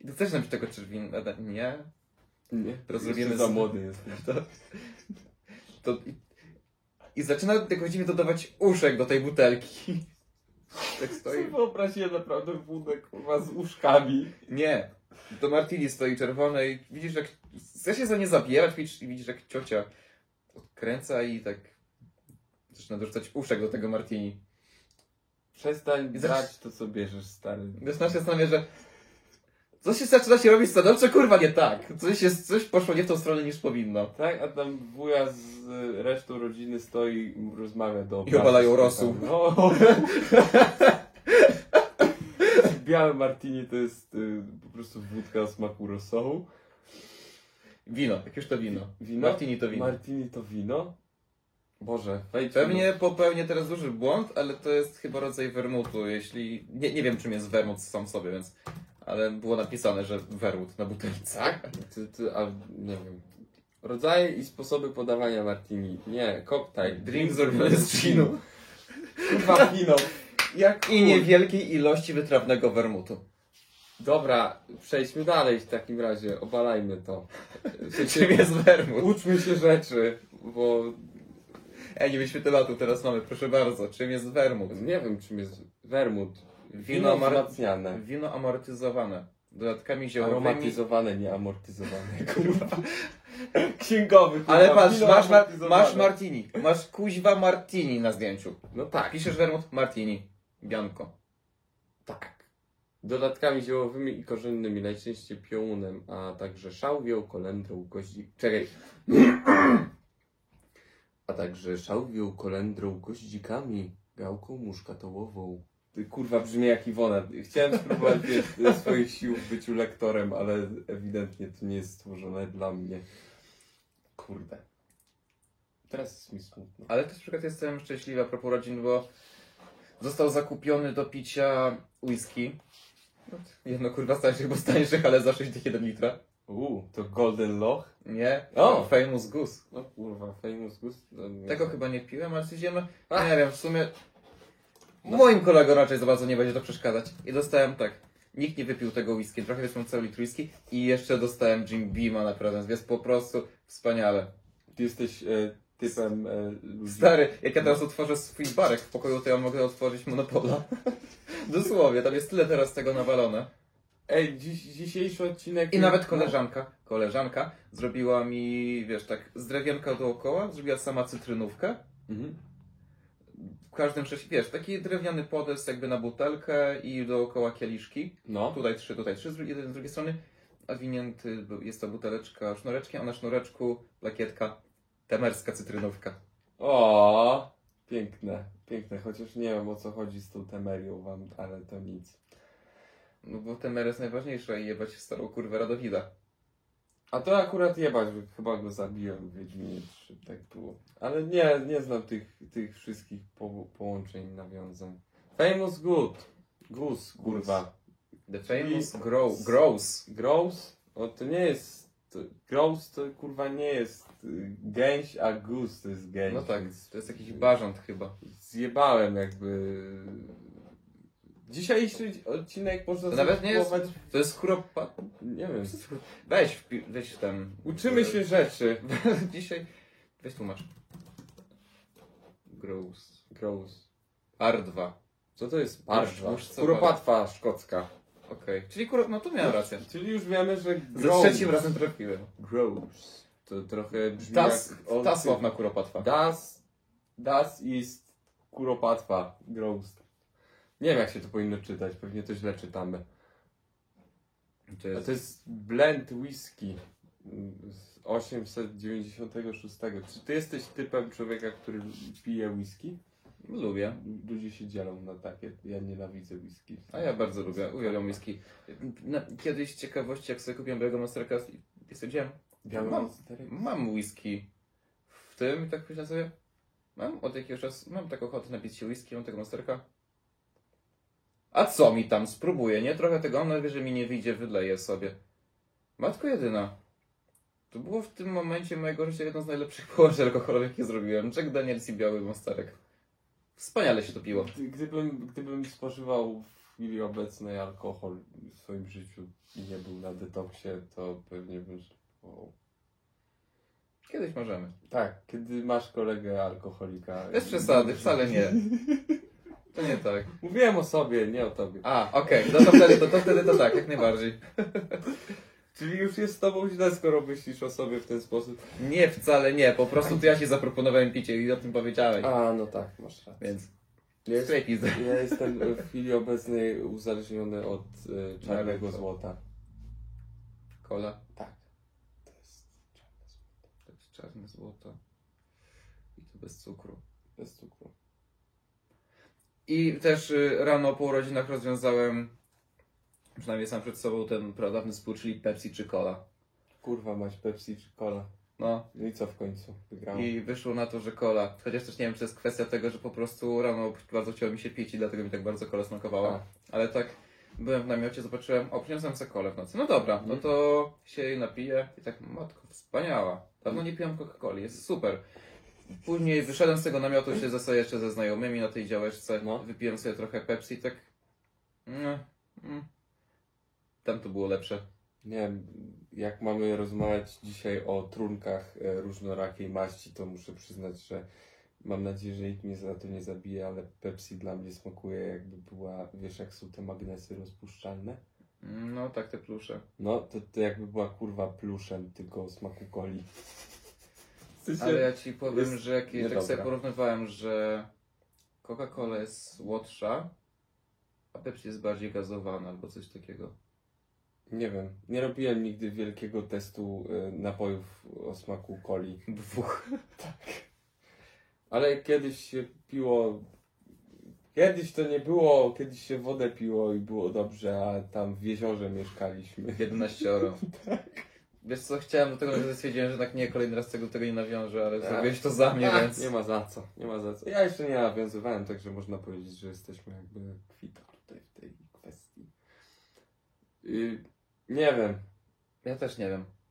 A: I to też napisz tego czerwonego. Nie?
B: Nie,
A: Teraz
B: Jeszcze
A: robimy
B: za
A: z-
B: młody jesteś.
A: To... I... I zaczyna tylko dziwnie dodawać uszek do tej butelki. Tak
B: Sobie
A: stoi.
B: wyobraziłem naprawdę wódę, kurwa, z uszkami.
A: Nie. To Martini stoi czerwone i widzisz, jak. Chcesz się za nie zabierać, widzisz, i widzisz, jak ciocia odkręca i tak. Zaczyna dorzucać uszek do tego Martini.
B: Przestań
A: I zaraz-
B: brać to, co bierzesz, stary.
A: Zaczyna się zastanawia, że. Coś się zaczyna się robić stanowczo, kurwa, nie tak. Coś, jest, coś poszło nie w tą stronę niż powinno.
B: Tak, a tam wuja z y, resztą rodziny stoi i rozmawia do
A: I obalają
B: obrazu.
A: rosół.
B: No. Białe martini to jest y, po prostu wódka o smaku rosołu.
A: Wino, jak już to wino.
B: Wino?
A: Martini to wino. No
B: Martini to wino? Boże, wejdźmy.
A: Pewnie popełnię teraz duży błąd, ale to jest chyba rodzaj wermutu, jeśli... Nie, nie wiem, czym jest wermut sam w sobie, więc... Ale było napisane, że wermut na butelce.
B: Tak? Ty, ty, a, nie wiem. Rodzaje i sposoby podawania martini. Nie, koktajl.
A: Drink zrobiony z ginu.
B: Kurwa wino.
A: Jak I
B: chuj.
A: niewielkiej ilości wytrawnego wermutu.
B: Dobra, przejdźmy dalej w takim razie. Obalajmy to. W sensie,
A: Czym jest wermut?
B: uczmy się rzeczy, bo
A: Ja nie wyświetlatum teraz mamy, proszę bardzo. Czym jest wermut?
B: nie wiem czym jest wermut.
A: Wino
B: Wino
A: amar-
B: wzmacniane.
A: Wino amortyzowane. Dodatkami ziołowymi.
B: Aromatyzowane, nie amortyzowane. Kurwa. Księgowy. Kurwa.
A: Ale patrz,
B: Wino
A: masz, mar-
B: amortyzowane.
A: masz martini. Masz kuźwa martini na zdjęciu.
B: No tak,
A: Piszesz wermut martini. Bianko.
B: tak. Dodatkami ziołowymi i korzennymi, najczęściej piołunem, a także szałwią, kolendrą, goździk... Czekaj. A także szałwią, kolendrą, goździkami, gałką muszkatołową. Ty, Kurwa, brzmi jak Iwona. Chciałem spróbować wiesz, swoich sił w byciu lektorem, ale ewidentnie to nie jest stworzone dla mnie. Kurde. Teraz jest mi smutno.
A: Ale też na przykład jestem szczęśliwa a propos rodzin, bo został zakupiony do picia whisky. Jedno kurwa z tańszych, bo z tańszych, ale za 61 litra.
B: Uuu, to Golden Loch?
A: Nie?
B: O!
A: Famous Goose.
B: No kurwa, Famous Ghost. to nie-
A: Tego chyba nie piłem, ale zjedziemy.
B: Ach.
A: Nie wiem, w sumie. Moim kolegom raczej za bardzo nie będzie to przeszkadzać. I dostałem tak. Nikt nie wypił tego whisky, trochę więc mam cały litr whisky i jeszcze dostałem Jim Beama na prezent, więc po prostu wspaniale.
B: Ty jesteś e, typem e, ludzi.
A: Stary, jak ja teraz otworzę swój barek w pokoju, to ja mogę otworzyć Monopola. Dosłownie, tam jest tyle teraz tego nawalone.
B: Ej, dziś, dzisiejszy odcinek.
A: I nawet koleżanka, koleżanka zrobiła mi, wiesz, tak z drewienka dookoła, zrobiła sama cytrynówkę.
B: Mhm.
A: w każdym czasie, wiesz, taki drewniany podest jakby na butelkę i dookoła kieliszki.
B: No.
A: Tutaj trzy, tutaj trzy, z dru- jeden z drugiej strony. Odwinięty był- jest ta buteleczka sznureczkiem, a na sznureczku lakietka temerska cytrynówka.
B: O, piękne, piękne. Chociaż nie wiem o co chodzi z tą temerią wam, ale to nic.
A: No bo temer jest najważniejsza i jebać w starą kurwę Radowida.
B: A to akurat jebać, bo chyba go zabiłem w Wiedźminie 3, tak było. Ale nie, nie znam tych, tych wszystkich po, połączeń, nawiązań. Famous Good. Goose, kurwa.
A: The
B: No
A: famous grow, grows.
B: Gross? No to nie jest. To, gross to kurwa nie jest y, gęś, a goose to jest gęś.
A: No tak,
B: więc
A: to jest jakiś barząd chyba.
B: Zjebałem jakby. Dzisiejszy odcinek można
A: To nawet nie jest-
B: zatytułować-
A: To jest choroba.
B: Nie wiem.
A: Weź, wpi- weź tam.
B: Uczymy się rzeczy.
A: Dzisiaj. Weź tłumacz. Grows.
B: Gross.
A: R2.
B: Co to jest
A: Już-
B: parszwa?
A: już co
B: Kuropatwa szkocka.
A: Okej. Czyli kur... no tu miałem rację.
B: Czyli już wiemy, że.
A: Za
B: gross.
A: trzecim razem trafiłem.
B: Gross. To trochę brzmi
A: Das,
B: jak. od-
A: das sławna kuropatwa.
B: Das, das ist kuropatwa, gross. Nie wiem jak się to powinno czytać, pewnie to źle czytamy.
A: To
B: A to jest blend whisky z 896. Czy ty jesteś typem człowieka, który pije whisky?
A: Lubię.
B: Ludzie się dzielą na takie, ja nienawidzę whisky.
A: A ja bardzo lubię. Uwielbiam whisky. Na, kiedyś z ciekawości, jak sobie kupiłem białego masterka i stwierdziłem,
B: Biały
A: Mam.
B: Monsterek?
A: mam whisky w tym i tak pomyślałem sobie, mam od jakiegoś czasu, mam taką ochotę napić się whisky, mam tego masterka. A co mi tam? Spróbuję, nie? Trochę tego, mam nadzieję, że mi nie wyjdzie, wyleję sobie. Matko jedyna. To było w tym momencie mojego życia jedno z najlepszych położeń alkoholowych, jakie zrobiłem. Jack Daniels i biały masterek. Wspaniale się to piło.
B: Gdy- Gdybym, gdybym spożywał w chwili obecnej alkohol w swoim życiu i nie był na detoksie, to pewnie bym... O,
A: Kiedyś możemy.
B: Tak, kiedy masz kolegę alkoholika.
A: Bez przesady, wcale nie. To nie tak.
B: Mówiłem o sobie, nie o tobie. A,
A: A, okej, no to wtedy to, to wtedy to tak, jak najbardziej.
B: czyli już jest z tobą źle, skoro myślisz o sobie w ten sposób.
A: Nie, wcale nie, po prostu to ja ci zaproponowałem picie i o tym powiedziałeś.
B: A, no tak, masz rację.
A: Więc
B: Ja, jest,
A: straight pizda.
B: ja jestem w chwili obecnej uzależniony od e, czarnego
A: Nareko.
B: złota.
A: Kola.
B: Tak. To jest czarne złoto.
A: To jest czarne złoto. I to bez cukru.
B: Bez cukru.
A: I też y, rano po urodzinach rozwiązałem, przynajmniej sam przed sobą, ten pradawny spór, czyli Pepsi czy Cola.
B: Kurwa, masz Pepsi czy cola?
A: No.
B: No i co w końcu? Wygrało.
A: I wyszło na to, że kola. Chociaż też nie wiem, czy jest kwestia tego, że po prostu rano bardzo chciało mi się pić i dlatego mi tak bardzo kola smakowała.
B: A.
A: Ale tak byłem w namiocie, zobaczyłem, o, przyniosłem sobie kolę w nocy. No dobra, no to się jej napiję i tak, matko, wspaniała. Dawno nie piłem Coca-Coli, jest super. Później wyszedłem z tego namiotu, się zastałem jeszcze ze znajomymi na tej działeczce,
B: No.
A: wypiłem sobie trochę Pepsi i tak... No, mm, tam to było lepsze.
B: Nie wiem, jak mamy rozmawiać dzisiaj o trunkach e, różnorakiej maści, to muszę przyznać, że mam nadzieję, że nikt mnie za to nie zabije, ale Pepsi dla mnie smakuje jakby była, wiesz jak są te magnesy rozpuszczalne?
A: No, tak te plusze.
B: No, to, to jakby była kurwa pluszem, tylko o smaku coli. W sensie-
A: Ale ja ci powiem,
B: jest
A: że jak, jak
B: niedobra.
A: sobie porównywałem, że Coca-Cola jest słodsza, a Pepsi jest bardziej gazowana albo coś takiego.
B: Nie wiem, nie robiłem nigdy wielkiego testu e, napojów o smaku coli. Tak.
A: Dwóch.
B: Ale kiedyś się piło. Kiedyś to nie było, kiedyś się wodę piło i było dobrze, a tam w jeziorze mieszkaliśmy.
A: 11 euro.
B: Tak.
A: Wiesz co, chciałem do tego, że stwierdziłem, że tak nie, kolejny raz tego, tego nie nawiążę, ale
B: Tak.
A: zrobiłeś to za mnie,
B: A,
A: więc...
B: Nie ma za co, nie ma za co. Ja jeszcze nie nawiązywałem, także można powiedzieć, że jesteśmy jakby kwita tutaj w tej kwestii. Y, nie wiem.
A: Ja też nie wiem.